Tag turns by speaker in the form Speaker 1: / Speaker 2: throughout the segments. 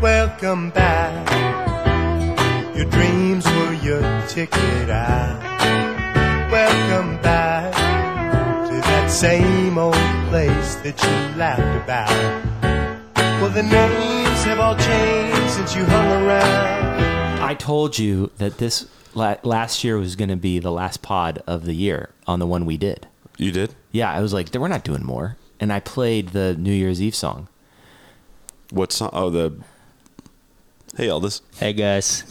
Speaker 1: come back. Your dreams were your ticket out. Welcome back to that same old place that you laughed about. Well, the names have all changed since you hung around.
Speaker 2: I told you that this la- last year was going to be the last pod of the year on the one we did.
Speaker 3: You did?
Speaker 2: Yeah, I was like, we're not doing more. And I played the New Year's Eve song.
Speaker 3: What song? Oh, the. Hey, Elvis.
Speaker 4: Hey guys,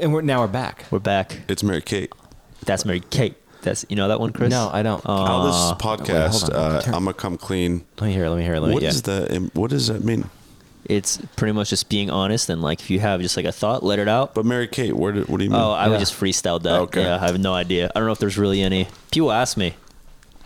Speaker 2: And we're now we're back.
Speaker 4: we're back.
Speaker 3: It's Mary Kate.
Speaker 4: That's Mary Kate. That's you know that one, Chris.
Speaker 2: No, I don't.
Speaker 4: Oh,
Speaker 3: Elvis'
Speaker 2: hold
Speaker 3: podcast.
Speaker 2: on.
Speaker 3: uh,
Speaker 2: Turn-
Speaker 3: I'm gonna come clean.
Speaker 2: let me hear it. Let me hear it. Let me,
Speaker 3: What
Speaker 2: yeah.
Speaker 3: is the? um, What does that mean?
Speaker 4: it's pretty much just being honest and like if you have just like a thought, let it out.
Speaker 3: But Mary Kate, where did, what do you mean?
Speaker 4: Oh, I
Speaker 2: Mm, Yeah.
Speaker 4: would just freestyle that.
Speaker 3: Okay.
Speaker 4: Yeah, I have no idea. I don't know if there's really any. People ask me.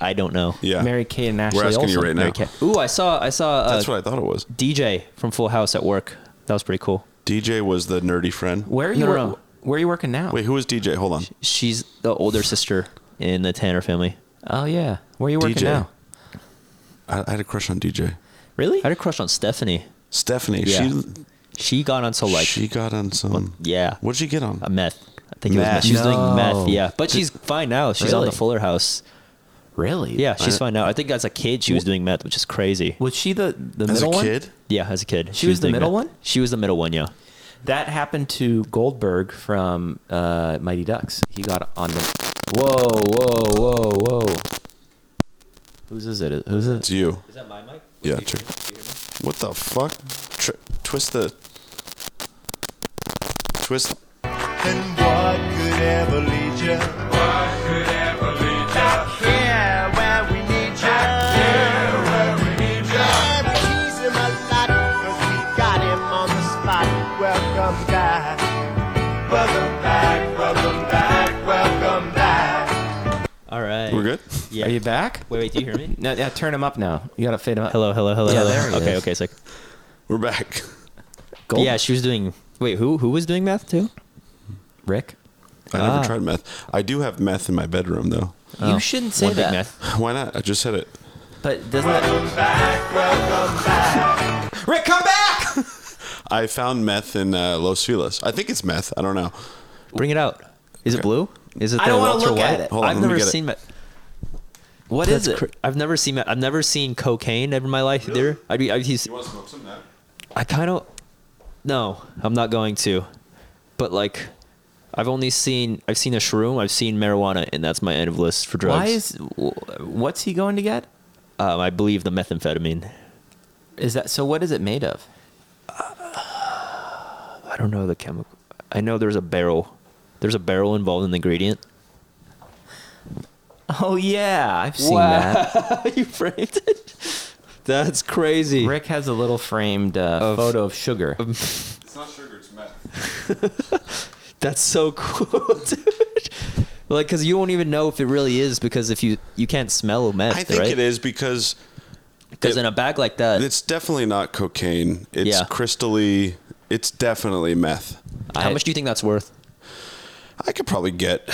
Speaker 4: I don't know.
Speaker 3: yeah,
Speaker 2: Mary Kate and Ashley
Speaker 3: We're asking you
Speaker 2: Olsen.
Speaker 3: right now.
Speaker 4: Mary Kate. Ooh, I saw I saw uh,
Speaker 3: That's what I thought it was.
Speaker 4: DJ from Full House at work. That was pretty cool.
Speaker 3: DJ was the nerdy friend.
Speaker 2: Where are you?
Speaker 4: No, no,
Speaker 2: wor-
Speaker 4: no.
Speaker 2: Where are you working now?
Speaker 3: Wait, who was DJ? Hold on.
Speaker 4: She's the older sister in the Tanner family.
Speaker 2: Oh yeah. Where are you working
Speaker 3: DJ.
Speaker 2: now?
Speaker 3: I, I had a crush on DJ.
Speaker 2: Really?
Speaker 4: I had a crush on Stephanie.
Speaker 3: Stephanie.
Speaker 4: Yeah.
Speaker 3: She
Speaker 4: She got on so like
Speaker 3: she got on some.
Speaker 4: yeah.
Speaker 3: What'd she get on?
Speaker 4: a meth. I think it
Speaker 3: Meth.
Speaker 4: was meth. She was
Speaker 2: No.
Speaker 4: doing meth, yeah. But she's fine now. She's on
Speaker 2: Really?
Speaker 4: the Fuller House.
Speaker 2: Really?
Speaker 4: Yeah, she's fine now. I think as a kid she was doing meth, which is crazy.
Speaker 2: Was she the the
Speaker 3: As a
Speaker 2: middle
Speaker 3: kid.
Speaker 2: one?
Speaker 4: Yeah, as a kid. She,
Speaker 2: was the
Speaker 4: doing
Speaker 2: middle
Speaker 4: meth.
Speaker 2: one?
Speaker 4: She was the middle one, yeah.
Speaker 2: That happened to Goldberg from uh, Mighty Ducks. He got on the. Whoa! Whoa! Whoa! Whoa! Whose is it? Who's it?
Speaker 3: It's you.
Speaker 4: Is that my mic?
Speaker 3: Yeah. Tri- what the fuck? Tri- twist the. Twist.
Speaker 1: And what could ever lead you? What could ever lead you? Back here where we need you. Back here where we need you. And we tease him a lot 'cause we got him on the spot. Welcome back. Welcome back. Welcome back. Welcome back.
Speaker 4: All right.
Speaker 3: We're good.
Speaker 4: Yeah.
Speaker 2: Are you back?
Speaker 4: Wait, wait, do you hear me?
Speaker 2: No, yeah. Turn him up now. You gotta fade him up.
Speaker 4: Hello, hello, hello.
Speaker 2: Yeah,
Speaker 4: hello.
Speaker 2: there it
Speaker 4: okay,
Speaker 2: is.
Speaker 4: okay, sick.
Speaker 3: We're back.
Speaker 2: Gold-
Speaker 4: Yeah, she was doing Wait, who who was doing meth too?
Speaker 2: Rick.
Speaker 3: I
Speaker 4: Ah.
Speaker 3: never tried meth. I do have meth in my bedroom though.
Speaker 2: You shouldn't say
Speaker 4: Oh, One big
Speaker 2: that.
Speaker 4: meth.
Speaker 3: Why not? I just said it.
Speaker 2: But doesn't that? Rick, come back!
Speaker 3: I found meth in uh, Los Feliz. I think it's meth. I don't know.
Speaker 4: Bring it out. Is it
Speaker 3: Okay.
Speaker 4: blue? Is it
Speaker 2: I
Speaker 4: the
Speaker 2: don't wanna
Speaker 4: ultra
Speaker 2: look
Speaker 4: white?
Speaker 2: at it.
Speaker 3: Hold on,
Speaker 4: I've
Speaker 3: let me
Speaker 4: never
Speaker 3: get it.
Speaker 4: seen meth.
Speaker 2: What is
Speaker 4: That's
Speaker 2: it?
Speaker 4: cra- I've never seen meth. I've never seen cocaine in my life either. I'd be, I'd be
Speaker 3: want to smoke some meth?
Speaker 4: I kind of no, I'm not going to. But like, I've only seen I've seen a shroom, I've seen marijuana, and that's my end of list for drugs.
Speaker 2: Why is? wh- What's he going to get?
Speaker 4: um, I believe the methamphetamine.
Speaker 2: Is that so? What is it made of?
Speaker 4: I don't know the chemical. I know there's a barrel. There's a barrel involved in the ingredient.
Speaker 2: Oh yeah, I've seen that.
Speaker 4: you framed it. That's crazy.
Speaker 2: Rick has a little framed uh,
Speaker 4: Of-
Speaker 2: photo of sugar.
Speaker 3: It's not sugar. It's meth.
Speaker 4: That's so cool, dude. Like, cause you won't even know if it really is because if you you can't smell meth,
Speaker 3: I think
Speaker 4: right?
Speaker 3: it is because
Speaker 4: Because
Speaker 3: It-
Speaker 4: in a bag like that,
Speaker 3: it's definitely not cocaine. It's
Speaker 4: Yeah.
Speaker 3: crystally. It's definitely meth.
Speaker 4: how
Speaker 2: I-
Speaker 4: much do you think that's worth?
Speaker 3: I could probably get.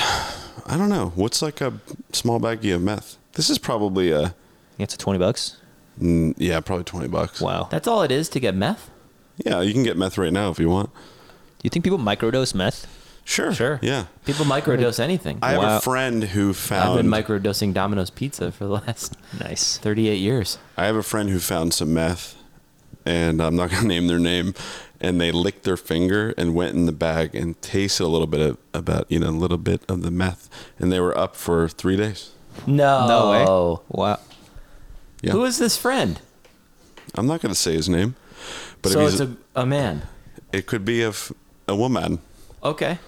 Speaker 3: I don't know. What's like a small baggie of meth? This is probably a
Speaker 4: It's twenty bucks.
Speaker 3: mm, yeah, probably twenty bucks.
Speaker 4: Wow.
Speaker 2: That's all it is to get meth.
Speaker 3: Yeah, you can get meth right now if you want.
Speaker 4: Do you think people microdose meth?
Speaker 3: Sure. Yeah.
Speaker 2: People microdose anything.
Speaker 3: I have
Speaker 4: Wow.
Speaker 3: a friend who
Speaker 2: I've
Speaker 3: found.
Speaker 2: been microdosing Domino's pizza for the last
Speaker 4: Nice.
Speaker 2: 38 years.
Speaker 3: I have a friend who found some meth, and I'm not gonna name their name, and they licked their finger and went in the bag and tasted a little bit of about you know a little bit of the meth, and they were up for three days.
Speaker 2: No.
Speaker 3: Oh.
Speaker 4: No way. Wow.
Speaker 3: Yeah,
Speaker 2: Who is this friend?
Speaker 3: I'm not gonna say his name, but
Speaker 2: so
Speaker 3: if he's
Speaker 2: it's a, a man.
Speaker 3: it could be of a woman
Speaker 2: Okay.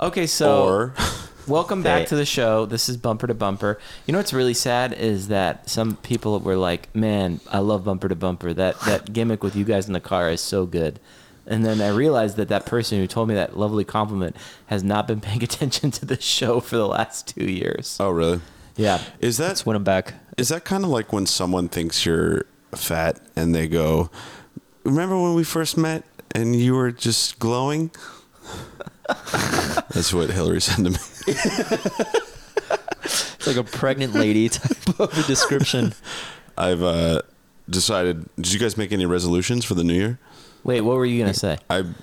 Speaker 2: Okay, so
Speaker 3: or
Speaker 2: welcome back
Speaker 4: Hey.
Speaker 2: to the show. This is Bumper to Bumper. You know what's really sad is that some people were like, "Man, I love Bumper to Bumper. That that gimmick with you guys in the car is so good." And then I realized that that person who told me that lovely compliment has not been paying attention to the show for the last 2 years.
Speaker 3: oh really?
Speaker 2: Yeah.
Speaker 3: Is that
Speaker 4: Let's win them back.
Speaker 3: Is that kind of like when someone thinks you're fat and they go, "Remember when we first met and you were just glowing?" That's what Hillary said to me.
Speaker 4: It's like a pregnant lady type of a description.
Speaker 3: I've uh, decided. Did you guys make any resolutions for the new year?
Speaker 2: Wait, what were you gonna say?
Speaker 3: I'm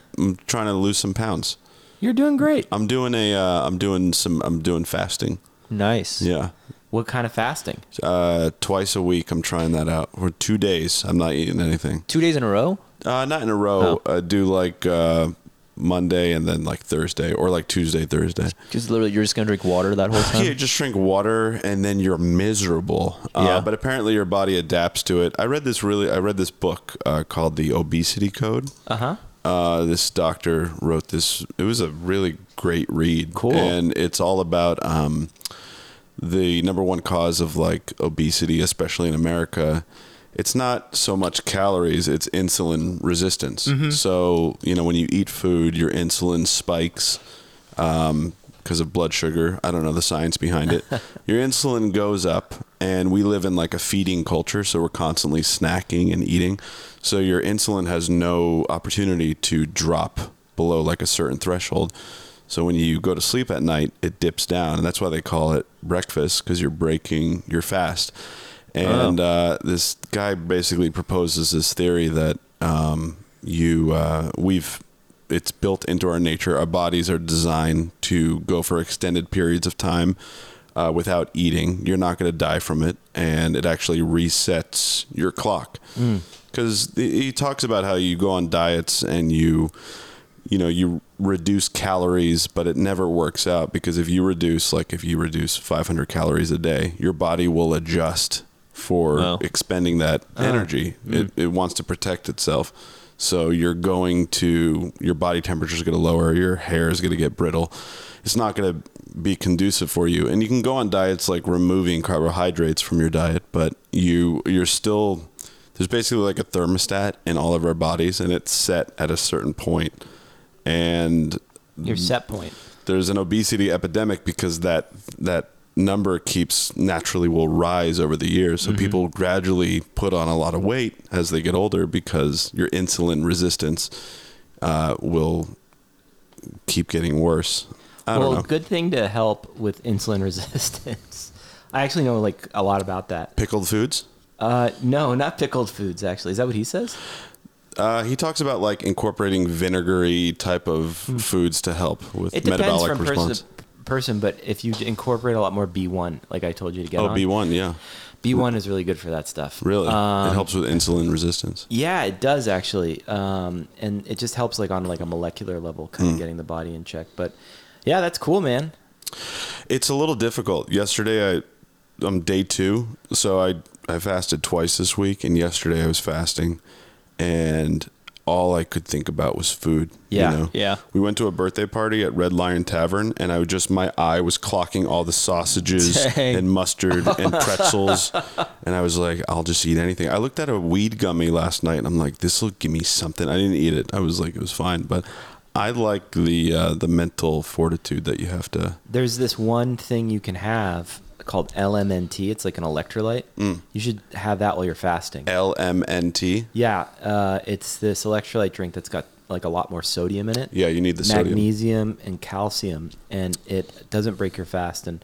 Speaker 3: trying to lose some pounds.
Speaker 2: You're doing great.
Speaker 3: I'm doing a. Uh, I'm doing some. I'm doing fasting.
Speaker 4: Nice.
Speaker 3: Yeah,
Speaker 2: What kind of fasting?
Speaker 3: uh, twice a week. I'm trying that out for two days. I'm not eating anything.
Speaker 4: Two days in a row.
Speaker 3: Uh, not in a row. Uh, do like uh, Monday and then like Thursday or like Tuesday, Thursday.
Speaker 4: Because literally, you're just gonna drink water that whole time.
Speaker 3: Yeah, just drink water and then you're miserable. Uh,
Speaker 4: Yeah.
Speaker 3: But apparently your body adapts to it. I read this really. I read this book uh, called The Obesity Code.
Speaker 2: Uh huh.
Speaker 3: Uh, this doctor wrote this. It was a really great read.
Speaker 2: Cool.
Speaker 3: And it's all about um, the number one cause of like obesity, especially in America. It's not so much calories; it's insulin resistance. So you know when you eat food, your insulin spikes because of blood sugar. I don't know the science behind it. Your insulin goes up, and we live in like a feeding culture, so we're constantly snacking and eating. So your insulin has no opportunity to drop below like a certain threshold. So when you go to sleep at night, it dips down, and that's why they call it breakfast because you're breaking your fast. And uh, this guy basically proposes this theory that um, you uh, we've it's built into our nature. Our bodies are designed to go for extended periods of time uh, without eating. You're not going to die from it, and it actually resets your clock. Because he talks about how you go on diets and you, you know, you reduce calories, but it never works out because if you reduce, like if you reduce 500 calories a day, your body will adjust for
Speaker 4: Wow.
Speaker 3: expending that energy. It, it wants to protect itself. So you're going to your body temperature is going to lower, your hair is going to get brittle. It's not going to be conducive for you. And you can go on diets like removing carbohydrates from your diet, but you you're still there's basically like a thermostat in all of our bodies and it's set at a certain point. And
Speaker 2: Your set point.
Speaker 3: there's an obesity epidemic because that that number keeps naturally will rise over the years. So people gradually put on a lot of weight as they get older because your insulin resistance uh, will keep getting worse. I don't
Speaker 2: well,
Speaker 3: know.
Speaker 2: good thing to help with insulin resistance. I actually know like a lot about that.
Speaker 3: Pickled foods.
Speaker 2: Uh, no, not pickled foods. Actually, is that what he says?
Speaker 3: Uh, he talks about like incorporating vinegary type of foods to help with
Speaker 2: It depends
Speaker 3: metabolic
Speaker 2: from
Speaker 3: response.
Speaker 2: person to person, but if you incorporate a lot more B1, like I told you to get
Speaker 3: Oh,
Speaker 2: on,
Speaker 3: B one, yeah,
Speaker 2: B1 is really good for that stuff.
Speaker 3: really,
Speaker 2: Um,
Speaker 3: it helps with insulin resistance.
Speaker 2: Yeah, it does actually, um, and it just helps like on like a molecular level, kind of
Speaker 3: Hmm.
Speaker 2: getting the body in check. But yeah, that's cool, man.
Speaker 3: It's a little difficult. Yesterday, I I'm day two, so I I fasted twice this week, and yesterday I was fasting, and all I could think about was food.
Speaker 2: Yeah,
Speaker 4: yeah.
Speaker 3: We went to a birthday party at Red Lion Tavern, and I would just my eye was clocking all the sausages
Speaker 4: Dang.
Speaker 3: and mustard and pretzels, and I was like, I'll just eat anything. I looked at a weed gummy last night, and I'm like, this will give me something. I didn't eat it. I was like, it was fine, but. I like the uh, the mental fortitude that you have to
Speaker 2: There's this one thing you can have called LMNT. It's like an electrolyte.
Speaker 3: Hmm.
Speaker 2: You should have that while you're fasting.
Speaker 3: LMNT.
Speaker 2: Yeah, uh, it's this electrolyte drink that's got like a lot more sodium in it.
Speaker 3: Yeah, you need the sodium.
Speaker 2: magnesium and calcium, and it doesn't break your fast. And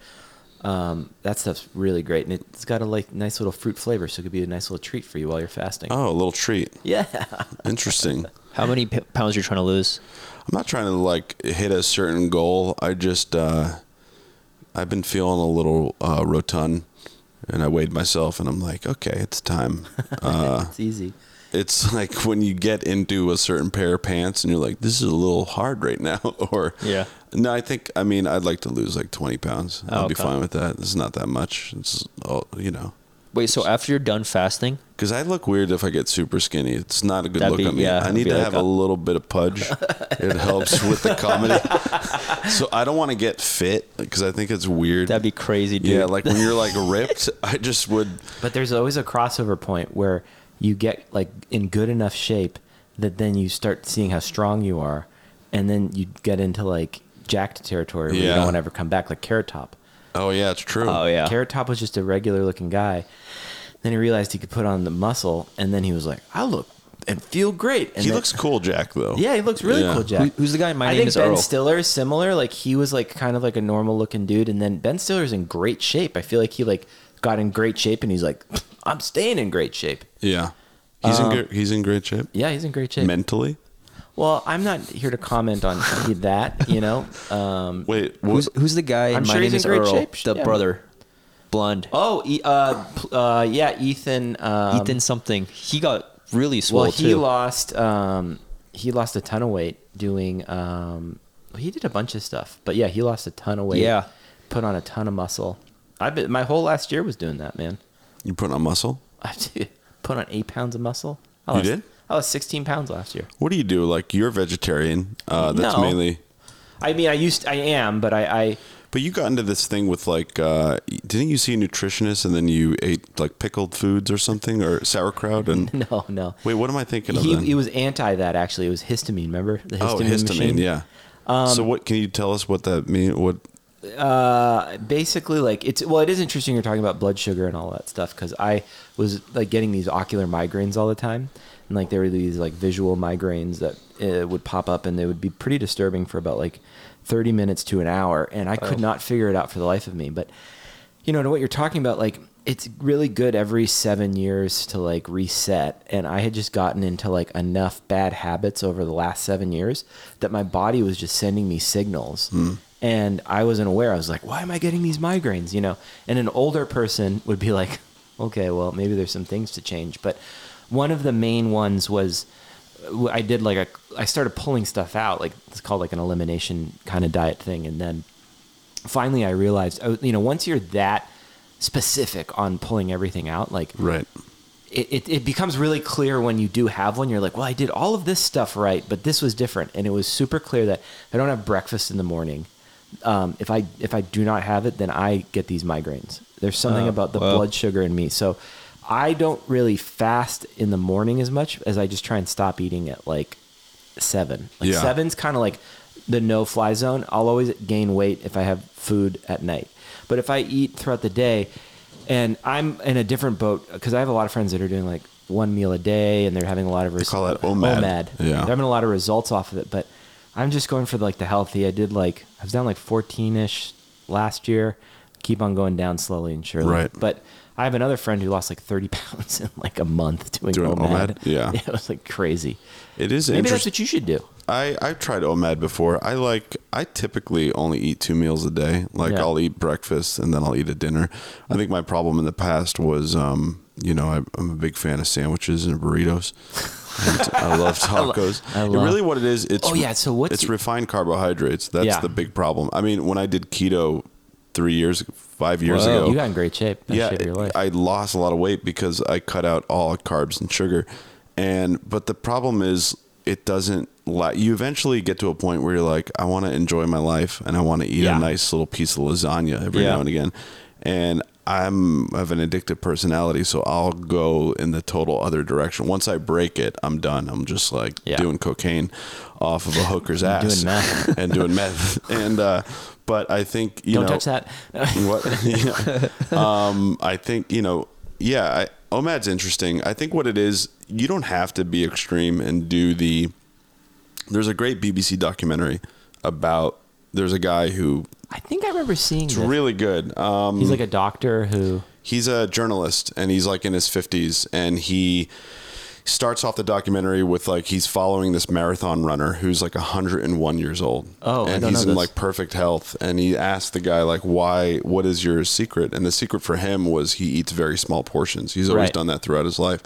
Speaker 2: um, that stuff's really great, and it's got a like nice little fruit flavor, so it could be a nice little treat for you while you're fasting.
Speaker 3: Oh, a little treat.
Speaker 2: Yeah,
Speaker 3: Interesting.
Speaker 4: How many p- pounds you're trying to lose?
Speaker 3: I'm not trying to like hit a certain goal. I just uh I've been feeling a little uh rotund and I weighed myself and I'm like, okay, it's time. Uh
Speaker 2: it's easy.
Speaker 3: it's like when you get into a certain pair of pants and you're like, this is a little hard right now or
Speaker 4: Yeah.
Speaker 3: No, I think I mean I'd like to lose like 20 pounds. I'll be
Speaker 4: okay.
Speaker 3: fine with that. It's not that much. It's all, you know.
Speaker 4: Wait, so after you're done fasting,
Speaker 3: Because I look weird if I get super skinny. It's not a good
Speaker 4: That'd
Speaker 3: look
Speaker 4: be-
Speaker 3: on me.
Speaker 4: yeah,
Speaker 3: I
Speaker 4: it'd
Speaker 3: need
Speaker 4: be
Speaker 3: to
Speaker 4: like
Speaker 3: have a
Speaker 4: a-
Speaker 3: little bit of pudge. it helps with the comedy. so I don't want to get fit because I think it's weird.
Speaker 4: that'd be crazy, dude.
Speaker 3: yeah, like when you're like ripped, I just would.
Speaker 2: But there's always a crossover point where you get like in good enough shape that then you start seeing how strong you are, and then you get into like jacked territory where you
Speaker 3: Yeah.
Speaker 2: don't want to ever come back, like Carrot Top.
Speaker 3: Oh yeah, it's true.
Speaker 4: oh yeah.
Speaker 2: Carrot Top was just a regular looking guy. Then he realized he could put on the muscle, and then he was like, "I look and feel great." And
Speaker 3: he
Speaker 2: then-
Speaker 3: looks cool, Jack. Though.
Speaker 2: yeah, he looks really
Speaker 3: Yeah.
Speaker 2: cool, Jack.
Speaker 4: Who- who's the guy in My
Speaker 2: I
Speaker 4: Name
Speaker 2: think
Speaker 4: is
Speaker 2: Ben
Speaker 4: Earl?
Speaker 2: Stiller is similar. Like he was like kind of like a normal looking dude, and then Ben Stiller's in great shape. I feel like he like got in great shape, and he's like, I'm staying in great shape.
Speaker 3: Yeah. He's
Speaker 4: Um,
Speaker 3: in good, he's in great shape
Speaker 2: Yeah, he's in great shape.
Speaker 3: mentally.
Speaker 2: Well, I'm not here to comment on that, you know. Um,
Speaker 3: Wait, what,
Speaker 4: Who's who's the guy? in
Speaker 2: I'm
Speaker 4: my
Speaker 2: sure
Speaker 4: name
Speaker 2: he's in
Speaker 4: is
Speaker 2: great
Speaker 4: Earl,
Speaker 2: shape.
Speaker 4: the
Speaker 2: Yeah.
Speaker 4: brother, blonde,
Speaker 2: oh, E- uh, pl- uh, yeah, Ethan. Um,
Speaker 4: Ethan something. He got really swole
Speaker 2: Well, he
Speaker 4: too.
Speaker 2: lost. Um, he lost a ton of weight doing. Um, well, he did a bunch of stuff, but yeah, he lost a ton of weight.
Speaker 4: Yeah.
Speaker 2: put on a ton of muscle. I been my whole last year was doing that, man.
Speaker 3: you putting on muscle?
Speaker 2: I put on eight pounds of muscle. I
Speaker 3: You
Speaker 2: lost,
Speaker 3: did?
Speaker 2: I lost sixteen pounds last year.
Speaker 3: What do you do? Like you're vegetarian. Uh, that's
Speaker 2: No.
Speaker 3: mainly.
Speaker 2: I mean, I used, I am, but I, I
Speaker 3: But you got into this thing with like, uh, didn't you see a nutritionist and then you ate like pickled foods or something or sauerkraut and.
Speaker 2: no, no.
Speaker 3: Wait, what am I thinking of?
Speaker 2: he,
Speaker 3: then?
Speaker 2: he was anti that actually. It was histamine. Remember the
Speaker 3: oh, histamine.
Speaker 2: machine? Um,
Speaker 3: Yeah. so what can you tell us what that mean? What
Speaker 2: uh, basically like it's well it is interesting you're talking about blood sugar and all that stuff because i was like getting these ocular migraines all the time and like there were these like visual migraines that uh, would pop up and they would be pretty disturbing for about like 30 minutes to an hour and i could not figure it out for the life of me but you know to what you're talking about like it's really good every seven years to like reset and i had just gotten into like enough bad habits over the last seven years that my body was just sending me signals and i wasn't aware i was like why am i getting these migraines you know and an older person would be like okay well maybe there's some things to change but one of the main ones was uh, i did like a i started pulling stuff out like it's called like an elimination kind of diet thing and then finally I realized, oh, you know, once you're that specific on pulling everything out, like
Speaker 3: right?
Speaker 2: it, it, it becomes really clear when you do have one. You're like, well, I did all of this stuff right, but this was different, and it was super clear that I don't have breakfast in the morning. Um, if I if I do not have it, then I get these migraines. There's something
Speaker 4: Oh,
Speaker 2: about the
Speaker 4: wow.
Speaker 2: blood sugar in me, so I don't really fast in the morning as much as I just try and stop eating at like seven. Like
Speaker 3: Yeah.
Speaker 2: seven's kind of like the no fly zone. I'll always gain weight if I have food at night. But if I eat throughout the day, and I'm in a different boat because I have a lot of friends that are doing like one meal a day and they're having a lot of results.
Speaker 3: call that OMAD. Yeah.
Speaker 2: They're having a lot of results off of it. But I'm just going for like the healthy. I did like, I was down like 14 ish last year. Keep on going down slowly and surely.
Speaker 3: Right.
Speaker 2: But I have another friend who lost like 30 pounds in like a month doing,
Speaker 3: Doing
Speaker 2: OMAD.
Speaker 3: OMAD? Yeah.
Speaker 2: It was like crazy.
Speaker 3: It is
Speaker 2: Maybe that's
Speaker 3: interesting.
Speaker 2: what you should do.
Speaker 3: I I've tried OMAD before. I like I typically only eat two meals a day. Like
Speaker 2: Yeah.
Speaker 3: I'll eat breakfast and then I'll eat a dinner. I think my problem in the past was um you know I, I'm a big fan of sandwiches and burritos. And I love tacos.
Speaker 2: I
Speaker 3: It
Speaker 2: love-
Speaker 3: really what it is. It's
Speaker 2: Oh, yeah, so what's-
Speaker 3: it's refined carbohydrates. That's
Speaker 2: Yeah.
Speaker 3: the big problem. I mean when I did keto three years five years
Speaker 4: Whoa.
Speaker 3: ago.
Speaker 2: You got in great shape. Best shape of your life.
Speaker 3: I lost a lot of weight because I cut out all carbs and sugar. And but the problem is it doesn't la you eventually get to a point where you're like, I want to enjoy my life and I want to eat
Speaker 2: Yeah.
Speaker 3: a nice little piece of lasagna every
Speaker 4: Yeah.
Speaker 3: now and again. And I'm I have an addictive personality, so I'll go in the total other direction. Once I break it, I'm done. I'm just like
Speaker 2: Yeah.
Speaker 3: doing cocaine off of a hooker's ass
Speaker 2: doing meth.
Speaker 3: and doing meth. And uh, but I think you
Speaker 2: Don't
Speaker 3: know,
Speaker 2: touch that.
Speaker 3: what? Yeah. um, I think you know. Yeah, I, OMAD's interesting. I think what it is, you don't have to be extreme and do the. There's a great BBC documentary about. There's a guy who
Speaker 2: I think I remember seeing
Speaker 3: it's
Speaker 2: this.
Speaker 3: really good. Um,
Speaker 2: He's like a doctor who.
Speaker 3: he's a journalist and he's like in his 50s and he starts off the documentary with like he's following this marathon runner who's like 101 years old
Speaker 2: Oh, I
Speaker 3: and
Speaker 2: don't
Speaker 3: he's
Speaker 2: know
Speaker 3: in
Speaker 2: this.
Speaker 3: like perfect health and he asked the guy like why what is your secret and the secret for him was he eats very small portions he's always
Speaker 2: Right.
Speaker 3: done that throughout his life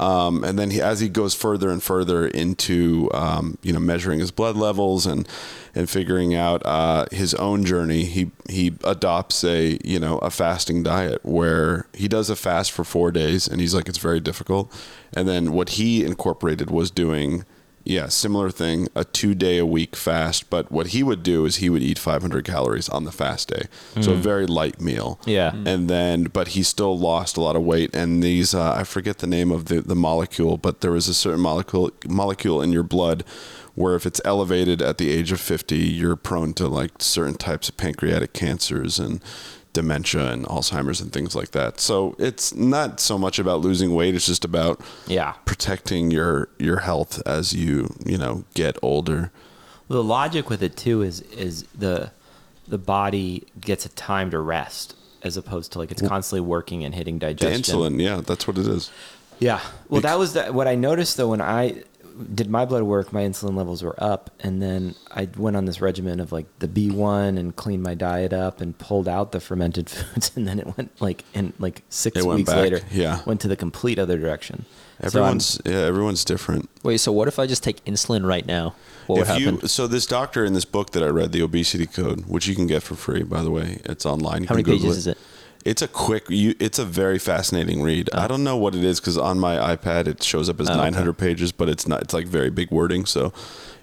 Speaker 3: um, and then he, as he goes further and further into um, you know measuring his blood levels and and figuring out uh, his own journey, he he adopts a you know a fasting diet where he does a fast for four days, and he's like it's very difficult. And then what he incorporated was doing. Yeah, similar thing, a two day a week fast. But what he would do is he would eat 500 calories on the fast day. So a very light meal
Speaker 2: Yeah.
Speaker 3: and then but he still lost a lot of weight and these uh, i forget the name of the, the molecule but there was a certain molecule molecule in your blood where if it's elevated at the age of 50 you're prone to like certain types of pancreatic cancers and dementia and alzheimer's and things like that so it's not so much about losing weight it's just about
Speaker 2: Yeah.
Speaker 3: protecting your your health as you you know get older
Speaker 2: The logic with it too is is the the body gets a time to rest. as opposed to like it's constantly working and hitting digestion.
Speaker 3: The insulin, yeah, that's what it is.
Speaker 2: Yeah. Well, that was the, what I noticed though when I did my blood work, my insulin levels were up, and then I went on this regimen of like the B1 and cleaned my diet up and pulled out the fermented foods, and then it went like in like six
Speaker 3: It went
Speaker 2: weeks
Speaker 3: back,
Speaker 2: later,
Speaker 3: yeah.
Speaker 2: went to the complete other direction. So I'm-
Speaker 3: Everyone's yeah, everyone's different.
Speaker 4: Wait, so what if I just take insulin right now? What would
Speaker 3: if
Speaker 4: happen?
Speaker 3: you so this doctor in this book that I read, the obesity code, which you can get for free by the way, it's online. You
Speaker 4: How
Speaker 3: can
Speaker 4: many
Speaker 3: Google
Speaker 4: pages is it?
Speaker 3: It's a quick. You, it's a very fascinating read. I don't know what it is because on my iPad it shows up as
Speaker 4: Oh. okay.
Speaker 3: 900 pages, but it's not. It's like very big wording, so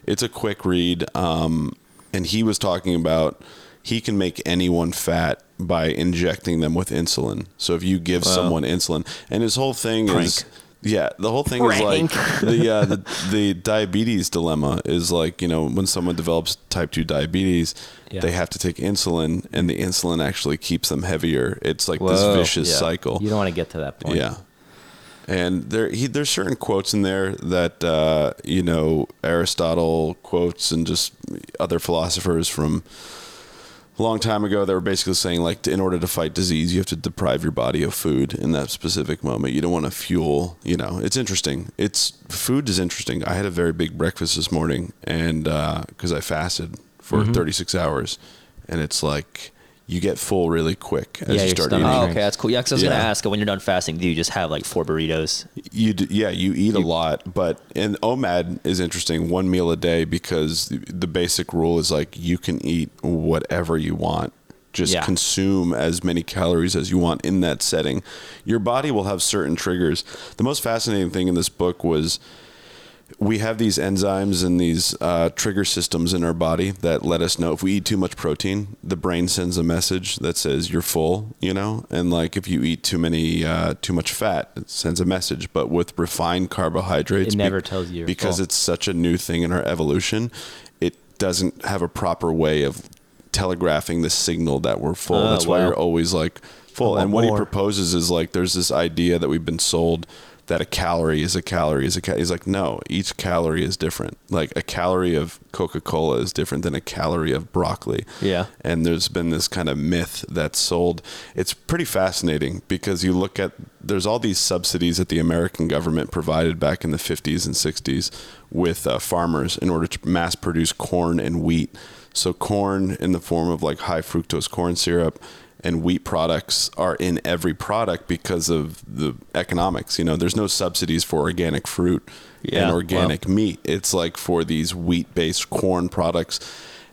Speaker 3: it's a quick read. Um, and he was talking about he can make anyone fat by injecting them with insulin. So if you give someone insulin, and his whole thing is.
Speaker 4: Prank.
Speaker 3: Yeah, the whole thing is like the, uh, the the diabetes dilemma is like you know when someone develops type two diabetes,
Speaker 2: Yeah.
Speaker 3: they have to take insulin, and the insulin actually keeps them heavier. It's like
Speaker 4: Whoa.
Speaker 3: this vicious
Speaker 2: yeah.
Speaker 3: cycle.
Speaker 2: You don't want to get to that point.
Speaker 3: Yeah. And there, he, there's certain quotes in there that uh, you know Aristotle quotes and just other philosophers from a long time ago. They were basically saying like, in order to fight disease, you have to deprive your body of food in that specific moment. You don't want to fuel. You know, it's interesting. It's food is interesting. I had a very big breakfast this morning, and because I fasted for
Speaker 2: Mm-hmm.
Speaker 3: 36 hours, and it's like you get full really quick as
Speaker 2: Yeah,
Speaker 3: you
Speaker 2: your
Speaker 3: start
Speaker 2: stomach
Speaker 3: eating
Speaker 4: Oh,
Speaker 2: Drink.
Speaker 4: okay, that's cool. Yeah, 'cause I was
Speaker 3: Yeah.
Speaker 4: gonna ask, when you're done fasting, do you just have like four burritos?
Speaker 3: you d yeah you eat a lot but and omad is interesting one meal a day because the, the basic rule is like you can eat whatever you want just
Speaker 4: Yeah.
Speaker 3: consume as many calories as you want in that setting your body will have certain triggers the most fascinating thing in this book was we have these enzymes and these uh, trigger systems in our body that let us know if we eat too much protein, the brain sends a message that says you're full, you know, and like if you eat too many, uh, too much fat, it sends a message. But with refined carbohydrates,
Speaker 2: It never tells you you're
Speaker 3: because
Speaker 2: full.
Speaker 3: it's such a new thing in our evolution. It doesn't have a proper way of telegraphing the signal that we're full.
Speaker 2: Uh,
Speaker 4: Oh,
Speaker 3: That's why
Speaker 4: wow.
Speaker 3: you're always like full.
Speaker 2: I
Speaker 3: And what
Speaker 2: want
Speaker 3: he
Speaker 2: more.
Speaker 3: proposes is like there's this idea that we've been sold that a calorie is a calorie is a calorie. He's like, no, each calorie is different. Like a calorie of Coca Cola is different than a calorie of broccoli.
Speaker 4: Yeah.
Speaker 3: And there's been this kind of myth that's sold. It's pretty fascinating because you look at there's all these subsidies that the American government provided back in the 50s and 60s with uh, farmers in order to mass produce corn and wheat. So corn in the form of like high fructose corn syrup and wheat products are in every product because of the economics. You know, there's no subsidies for organic fruit
Speaker 4: Yeah,
Speaker 3: and
Speaker 4: wow.
Speaker 3: organic meat. It's like for these wheat based corn products.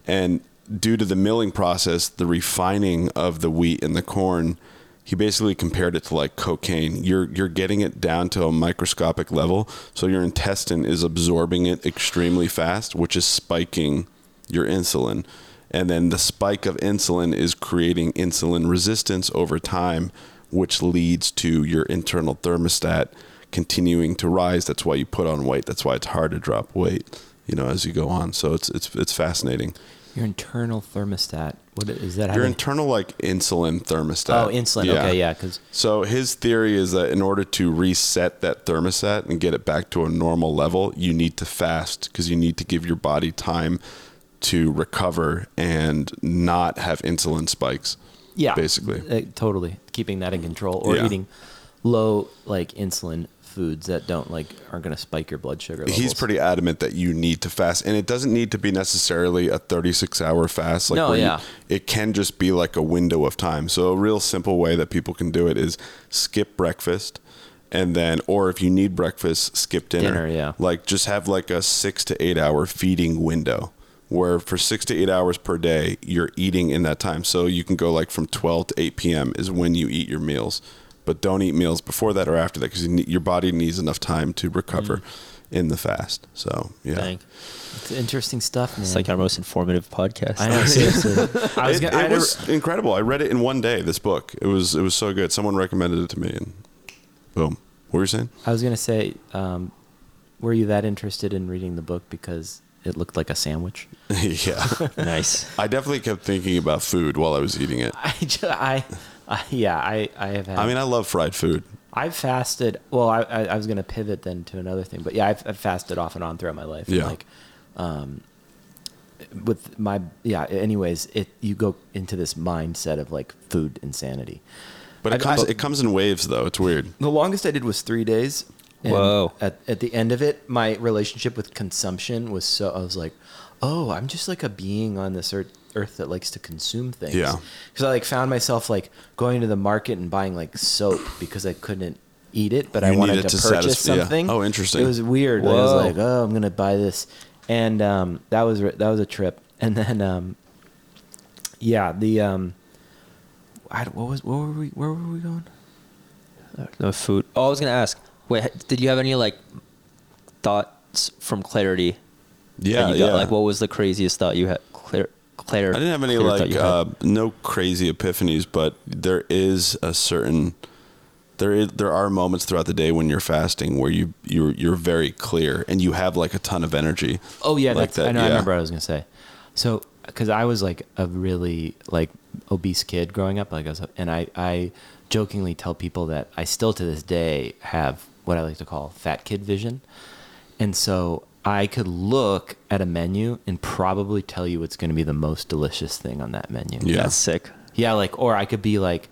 Speaker 3: And due to the milling process, the refining of the wheat and the corn, he basically compared it to like cocaine. You're you're getting it down to a microscopic level, so your intestine is absorbing it extremely fast, which is spiking your insulin. And then the spike of insulin is creating insulin resistance over time, which leads to your internal thermostat continuing to rise. That's why you put on weight. That's why it's hard to drop weight, you know, as you go on. So it's it's it's fascinating.
Speaker 2: Your internal thermostat. What is that?
Speaker 3: Your
Speaker 2: having-
Speaker 3: internal like insulin thermostat.
Speaker 2: oh, insulin. Okay, yeah, because
Speaker 3: So his theory is that in order to reset that thermostat and get it back to a normal level, you need to fast because you need to give your body time to recover and not have insulin spikes.
Speaker 2: yeah,
Speaker 3: Basically.
Speaker 2: Uh, totally keeping that in control or
Speaker 3: Yeah.
Speaker 2: eating low like insulin foods that don't like aren't going to spike your blood sugar. Levels.
Speaker 3: He's pretty adamant that you need to fast, and it doesn't need to be necessarily a 36 hour fast. Like
Speaker 2: No,
Speaker 3: where you-
Speaker 2: yeah.
Speaker 3: it can just be like a window of time. So, a real simple way that people can do it is skip breakfast, and then, or if you need breakfast, skip dinner.
Speaker 2: Dinner, yeah.
Speaker 3: Like just have like a six to eight hour feeding window where for six to eight hours per day, you're eating in that time. So, you can go like from 12 to 8 p.m. is when you eat your meals. But don't eat meals before that or after that because you need, your body needs enough time to recover in the fast. So yeah,
Speaker 4: Dang.
Speaker 2: It's interesting stuff, man.
Speaker 4: It's like our most informative podcast.
Speaker 2: I know, seriously. I was
Speaker 3: it,
Speaker 2: gonna, I
Speaker 3: it
Speaker 2: had a-
Speaker 3: was incredible. I read it in one day. This book, it was it was so good. Someone recommended it to me, and boom. What were you saying?
Speaker 2: I was gonna say, um, were you that interested in reading the book because it looked like a sandwich?
Speaker 3: yeah,
Speaker 4: Nice.
Speaker 3: I definitely kept thinking about food while I was eating it.
Speaker 2: I, ju- I, I yeah, I, I have had.
Speaker 3: I mean, I love fried food.
Speaker 2: I've fasted. Well, I, I, I was gonna pivot then to another thing, but yeah, I've, I've fasted off and on throughout my life. and,
Speaker 3: Yeah.
Speaker 2: like, um, with my yeah. Anyways, it you go into this mindset of like food insanity.
Speaker 3: But it
Speaker 2: I-
Speaker 3: comes
Speaker 2: I-
Speaker 3: it comes in waves though. It's weird.
Speaker 2: The longest I did was three days. And
Speaker 4: Whoa.
Speaker 2: At, at the end of it, my relationship with consumption was so, I was like, oh, I'm just like a being on this earth, earth that likes to consume things.
Speaker 3: Yeah.
Speaker 2: Because I like found myself like going to the market and buying like soap because I couldn't eat it, but I
Speaker 3: You
Speaker 2: wanted
Speaker 3: needed
Speaker 2: to,
Speaker 3: to
Speaker 2: purchase
Speaker 3: satisfy- yeah.
Speaker 2: something.
Speaker 3: Oh, interesting.
Speaker 2: It was weird. Like, I was
Speaker 4: Whoa.
Speaker 2: like, oh, I'm going to buy this. And um, that was, re- that was a trip. And then, um, yeah, the, um, I, don't- what was, what were we, where were we going?
Speaker 4: No food. Oh, I was gonna ask. Wait, ha- did you have any like thoughts from clarity?
Speaker 3: Yeah,
Speaker 4: that you
Speaker 3: yeah.
Speaker 4: got? Like, what was the craziest thought you had? Clear, clear.
Speaker 3: I didn't have any
Speaker 4: clear thought
Speaker 3: like
Speaker 4: you had?
Speaker 3: uh, no crazy epiphanies, but there is a certain there is there are moments throughout the day when you're fasting where you you're you're very clear and you have like a ton of energy.
Speaker 2: Oh yeah,
Speaker 3: like
Speaker 2: that's, I know. I
Speaker 3: yeah.
Speaker 2: remember what I was gonna say. So, because I was like a really like obese kid growing up, like I was, and I I jokingly tell people that I still to this day have what I like to call fat kid vision, and so I could look at a menu and probably tell you what's going to be the most delicious thing on that menu.
Speaker 3: Yeah.
Speaker 4: That's sick.
Speaker 2: Yeah, like or I could be like,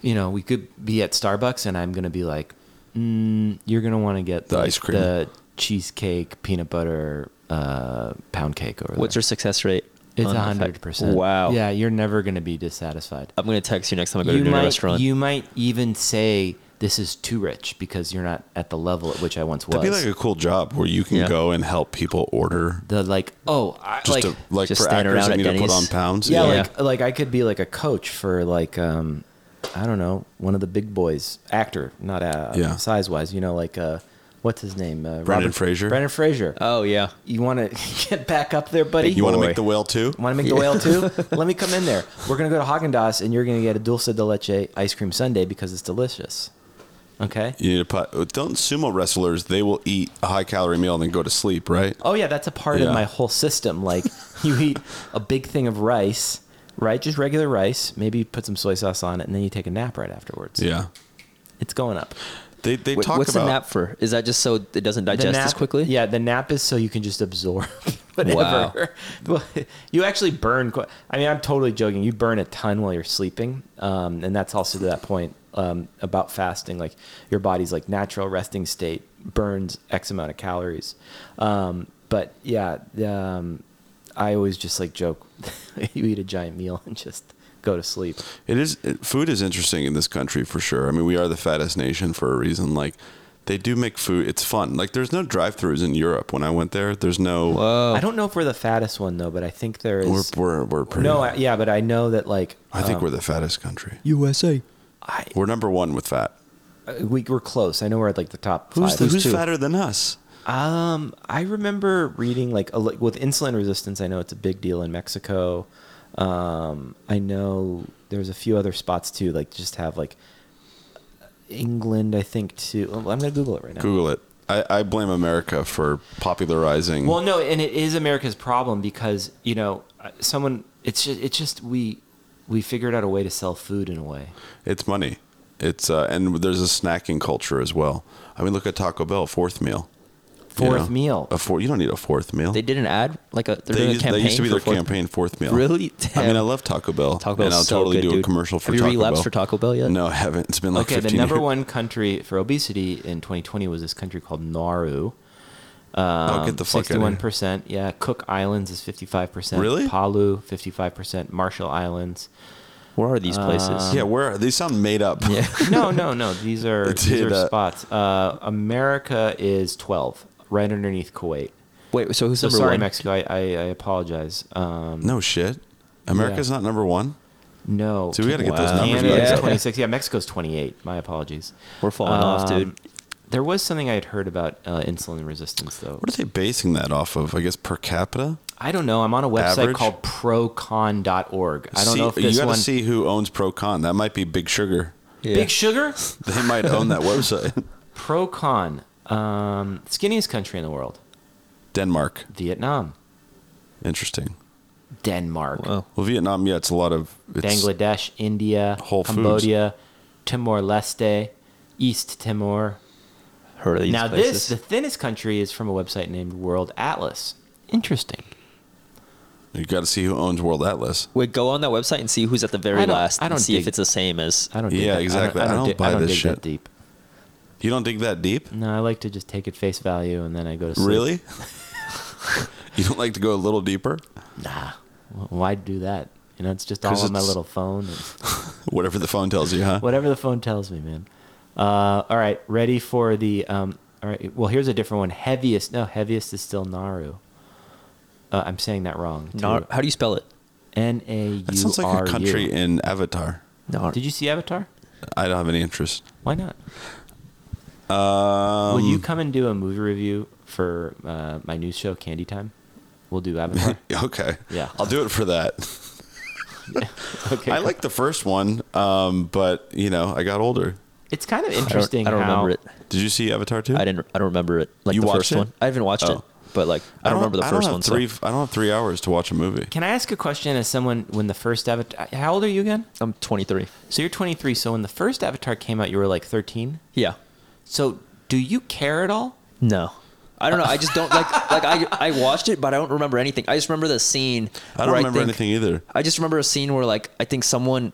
Speaker 2: you know, we could be at Starbucks and I'm gonna be like, mm, you're gonna want to get
Speaker 3: The
Speaker 2: like,
Speaker 3: ice cream.
Speaker 2: the cheesecake, peanut butter, uh, pound cake over
Speaker 4: What's
Speaker 2: there.
Speaker 4: your success rate?
Speaker 2: It's
Speaker 4: on-
Speaker 2: hundred percent.
Speaker 4: Wow.
Speaker 2: Yeah, you're never gonna be dissatisfied.
Speaker 4: I'm gonna text you next time I go
Speaker 2: You
Speaker 4: to a new
Speaker 2: might
Speaker 4: restaurant.
Speaker 2: you might even say this is too rich because you're not at the level at which I once was.
Speaker 3: That'd be like a cool job where you can
Speaker 4: Yeah.
Speaker 3: go and help people order
Speaker 2: the like oh I,
Speaker 3: just
Speaker 2: like
Speaker 3: to, like
Speaker 4: just
Speaker 3: for
Speaker 4: stand
Speaker 3: actors
Speaker 4: around
Speaker 3: that
Speaker 4: at
Speaker 3: need to put on
Speaker 4: Denny's.
Speaker 3: pounds.
Speaker 2: yeah,
Speaker 4: Yeah.
Speaker 2: like like I could be like a coach for like um I don't know one of the big boys actor not uh,
Speaker 3: Yeah.
Speaker 2: size wise you know like uh what's his name uh,
Speaker 3: Brendan Fraser?
Speaker 2: Brendan Fraser
Speaker 4: oh yeah.
Speaker 2: you want to get back up there buddy
Speaker 3: you want to
Speaker 4: boy.
Speaker 3: make the whale too?
Speaker 2: Want to make the whale too? Let me come in there. We're gonna go to Haagen Dazs and you're gonna get a dulce de leche ice cream sundae because it's delicious. Okay.
Speaker 3: You need to put, don't sumo wrestlers. They will eat a high calorie meal and then go to sleep, right?
Speaker 2: Oh yeah, that's a part
Speaker 3: Yeah.
Speaker 2: of my whole system. Like you eat a big thing of rice, right? Just regular rice. Maybe you put some soy sauce on it, and then you take a nap right afterwards.
Speaker 3: Yeah,
Speaker 2: It's going up.
Speaker 3: they they
Speaker 4: Wait,
Speaker 3: talk
Speaker 4: what's
Speaker 3: about
Speaker 4: the nap for? Is that just so it doesn't
Speaker 2: The
Speaker 4: digest
Speaker 2: nap,
Speaker 4: as quickly?
Speaker 2: Yeah, the nap is so you can just absorb whatever. Well, you actually burn. Qu- I mean, I'm totally joking. You burn a ton while you're sleeping, um, and that's also to that point um, about fasting. Like your body's like natural resting state burns X amount of calories, um, but yeah, the, um, I always just like joke. you eat a giant meal and just go to sleep.
Speaker 3: It is it, food is interesting in this country for sure. I mean, we are the fattest nation for a reason. Like, they do make food. It's fun. Like, there's no drive-throughs in Europe. When I went there, there's no.
Speaker 4: Whoa.
Speaker 2: I don't know if we're the fattest one though, but I think there
Speaker 3: We're
Speaker 2: is.
Speaker 3: we're, we're pretty.
Speaker 2: no,
Speaker 3: I,
Speaker 2: I, yeah, but I know that like
Speaker 3: think
Speaker 2: um,
Speaker 4: Oh.
Speaker 3: we're the fattest country.
Speaker 4: USA.
Speaker 2: I,
Speaker 3: We're number one with fat.
Speaker 2: Uh, we we're close. I know we're at like the top
Speaker 3: Who's
Speaker 2: five.
Speaker 3: the, who's fatter than us?
Speaker 2: Um, I remember reading like a, li- with insulin resistance. I know it's a big deal in Mexico. Um, I know there's a few other spots too. Like just have like England. I think too. Well, I'm gonna Google it right now.
Speaker 3: Google it. I, I blame America for popularizing.
Speaker 2: Well, no, and it is America's problem because you know uh, someone. It's just it's just we we figured out a way to sell food in a way.
Speaker 3: it's money. It's uh, and there's a snacking culture as well. I mean, look at Taco Bell, fourth meal. you
Speaker 2: Fourth
Speaker 3: know?
Speaker 2: meal.
Speaker 3: A four, you don't need a fourth meal.
Speaker 4: They did an ad like a. They're
Speaker 3: They
Speaker 4: doing
Speaker 3: used,
Speaker 4: a
Speaker 3: they
Speaker 4: campaign.
Speaker 3: used to be
Speaker 4: for
Speaker 3: their
Speaker 4: fourth-
Speaker 3: campaign fourth meal.
Speaker 4: Really?
Speaker 3: I mean,
Speaker 4: Damn.
Speaker 3: I love Taco Bell.
Speaker 4: Taco Bell's
Speaker 3: and I'll
Speaker 4: so
Speaker 3: totally
Speaker 4: good,
Speaker 3: do a
Speaker 4: dude.
Speaker 3: commercial for
Speaker 4: Have you
Speaker 3: Taco
Speaker 4: relapsed
Speaker 3: Bell.
Speaker 4: for Taco Bell yet?
Speaker 3: No, I haven't. It's been like
Speaker 2: okay, the
Speaker 3: 15
Speaker 2: number
Speaker 3: years.
Speaker 2: one country for obesity in 2020 was this country called Nauru. Um,
Speaker 3: I'll Oh, get the fuck out
Speaker 2: Sixty-one
Speaker 3: of here.
Speaker 2: percent. Yeah, Cook Islands is fifty-five percent.
Speaker 3: Really?
Speaker 2: Palau, fifty-five percent. Marshall Islands.
Speaker 4: Where are these places?
Speaker 2: Uh,
Speaker 3: Yeah, where are, they sound made up.
Speaker 4: Yeah.
Speaker 2: No, no, no. These are
Speaker 3: It's
Speaker 2: these
Speaker 3: in,
Speaker 2: are
Speaker 3: uh,
Speaker 2: spots. Uh, America is twelve, right underneath Kuwait.
Speaker 4: Wait. So who's
Speaker 2: So
Speaker 4: number
Speaker 2: sorry,
Speaker 4: one?
Speaker 2: Mexico. I, I, I apologize. Um,
Speaker 3: No shit. America's not number one.
Speaker 2: no.
Speaker 3: So we got to get those
Speaker 4: Wow.
Speaker 3: numbers.
Speaker 2: Canada
Speaker 3: back
Speaker 2: is
Speaker 4: Yeah.
Speaker 3: up.
Speaker 2: twenty-six. Yeah, Mexico's twenty-eight. My apologies. Um,
Speaker 4: We're falling off, dude.
Speaker 2: There was something I had heard about uh, insulin resistance, though.
Speaker 3: What are they basing that off of? I guess per capita.
Speaker 2: I don't know. I'm on a website
Speaker 3: Average?
Speaker 2: called procon.org. I don't
Speaker 3: see,
Speaker 2: know if
Speaker 3: you
Speaker 2: this
Speaker 3: gotta
Speaker 2: one.
Speaker 3: see who owns Procon. That might be Big Sugar.
Speaker 4: Yeah.
Speaker 2: Big Sugar?
Speaker 3: They might own that website.
Speaker 2: Pro con. Um, skinniest country in the world.
Speaker 3: Denmark.
Speaker 2: Vietnam.
Speaker 3: Interesting.
Speaker 2: Denmark.
Speaker 4: Wow.
Speaker 3: Well, Vietnam. Yeah, it's a lot of. It's,
Speaker 2: Bangladesh, India,
Speaker 3: Whole Foods.
Speaker 2: Cambodia, Timor Leste, East Timor.
Speaker 4: Heard of these
Speaker 2: now
Speaker 4: places?
Speaker 2: this the thinnest country is from a website named World Atlas. Interesting.
Speaker 3: You got to see who owns World Atlas.
Speaker 4: Wait, go on that website and see who's at the
Speaker 2: I
Speaker 4: very
Speaker 2: don't-
Speaker 4: last.
Speaker 2: I don't
Speaker 4: and see
Speaker 2: dig-
Speaker 4: if it's the same as.
Speaker 2: I don't.
Speaker 3: Yeah,
Speaker 2: dig that.
Speaker 3: exactly. I don't
Speaker 2: dig-
Speaker 3: buy this
Speaker 2: dig
Speaker 3: shit.
Speaker 2: That deep.
Speaker 3: You don't dig that deep,
Speaker 2: No, I like to just take it face value and then I go to sleep.
Speaker 3: really? you don't like to go a little deeper?
Speaker 2: Nah. Wh- Why do that? You know, it's just
Speaker 3: 'Cause
Speaker 2: all on my
Speaker 3: it's-
Speaker 2: little phone. And
Speaker 3: Whatever the phone tells you, huh?
Speaker 2: whatever the phone tells me, man. Uh, all right, ready for the. Um, all right. Well, here's a different one. Heaviest. No, heaviest is still Naru. Uh, I'm saying that wrong. too.
Speaker 4: Nar- how do you spell it?
Speaker 2: N A U R U.
Speaker 3: That sounds like a country in Avatar.
Speaker 4: Nar-
Speaker 2: Did you see Avatar?
Speaker 3: I don't have any interest.
Speaker 2: Why not?
Speaker 3: Um,
Speaker 2: Will you come and do a movie review for uh, my news show, Candy Time? We'll do Avatar.
Speaker 3: Okay.
Speaker 2: Yeah.
Speaker 3: I'll do it for that.
Speaker 2: okay.
Speaker 3: I like the first one, um, but you know, I got older.
Speaker 2: It's kind of
Speaker 4: I don't,
Speaker 2: interesting.
Speaker 4: I don't
Speaker 2: how-
Speaker 4: remember it.
Speaker 3: Did you see Avatar two?
Speaker 4: I didn't. I don't remember it. Like
Speaker 3: You
Speaker 4: the
Speaker 3: watched
Speaker 4: first
Speaker 3: it?
Speaker 4: one. I haven't watched it,
Speaker 3: Oh.
Speaker 4: but like I, don't remember the
Speaker 3: I
Speaker 4: first
Speaker 3: have
Speaker 4: one.
Speaker 3: Three,
Speaker 4: So
Speaker 3: I don't have three hours to watch a movie.
Speaker 2: Can I ask a question as someone when the first Avatar? How old are you again?
Speaker 4: I'm 23.
Speaker 2: So you're 23. So when the first Avatar came out, you were like 13.
Speaker 4: Yeah.
Speaker 2: So do you care at all?
Speaker 4: No. I don't know. I just don't like like I I watched it, but I don't remember anything. I just remember the scene.
Speaker 3: I don't
Speaker 4: where
Speaker 3: remember
Speaker 4: think-
Speaker 3: anything either.
Speaker 4: I just remember a scene where like I think someone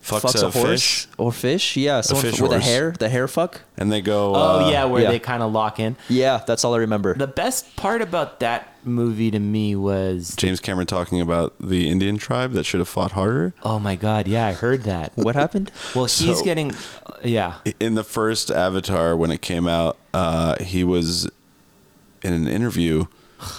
Speaker 3: Fucks
Speaker 4: fucks,
Speaker 3: a
Speaker 4: a, horse
Speaker 3: fish?
Speaker 4: or fish. Yeah, someone
Speaker 3: fish
Speaker 4: with a
Speaker 3: horse.
Speaker 4: hair, the hair fuck.
Speaker 3: And they go.
Speaker 2: oh
Speaker 3: uh,
Speaker 2: yeah, where
Speaker 4: yeah.
Speaker 2: they kind of lock in.
Speaker 4: Yeah, that's all I remember.
Speaker 2: The best part about that movie to me was
Speaker 3: James Cameron talking about the Indian tribe that should have fought harder.
Speaker 2: oh my god, yeah, I heard that.
Speaker 4: what happened?
Speaker 2: Well, he's
Speaker 3: So-
Speaker 2: getting yeah.
Speaker 3: In the first Avatar, when it came out, uh, he was in an interview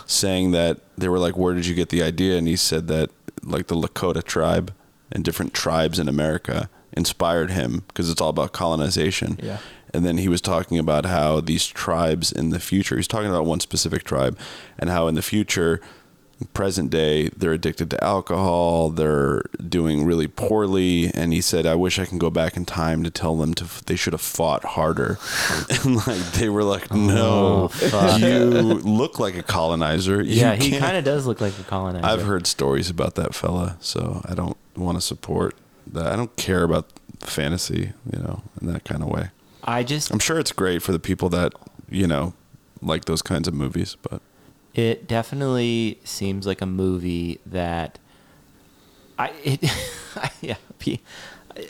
Speaker 3: saying that they were like, "Where did you get the idea?" And he said that like the Lakota tribe and different tribes in America inspired him because it's all about colonization.
Speaker 4: Yeah.
Speaker 3: And then he was talking about how these tribes in the future, he's talking about one specific tribe, and how in the future, present day, they're addicted to alcohol, they're doing really poorly. And he said, I wish I can go back in time to tell them to f- they should have fought harder. and like they were like, no, you look like a colonizer. You
Speaker 2: yeah, he
Speaker 3: can't-
Speaker 2: kind of does look like a colonizer.
Speaker 3: I've heard stories about that fella, so I don't want to support that. I don't care about fantasy, you know, in that kind of way.
Speaker 2: I just
Speaker 3: I'm sure it's great for the people that you know like those kinds of movies, but
Speaker 2: It definitely seems like a movie that I it yeah, P-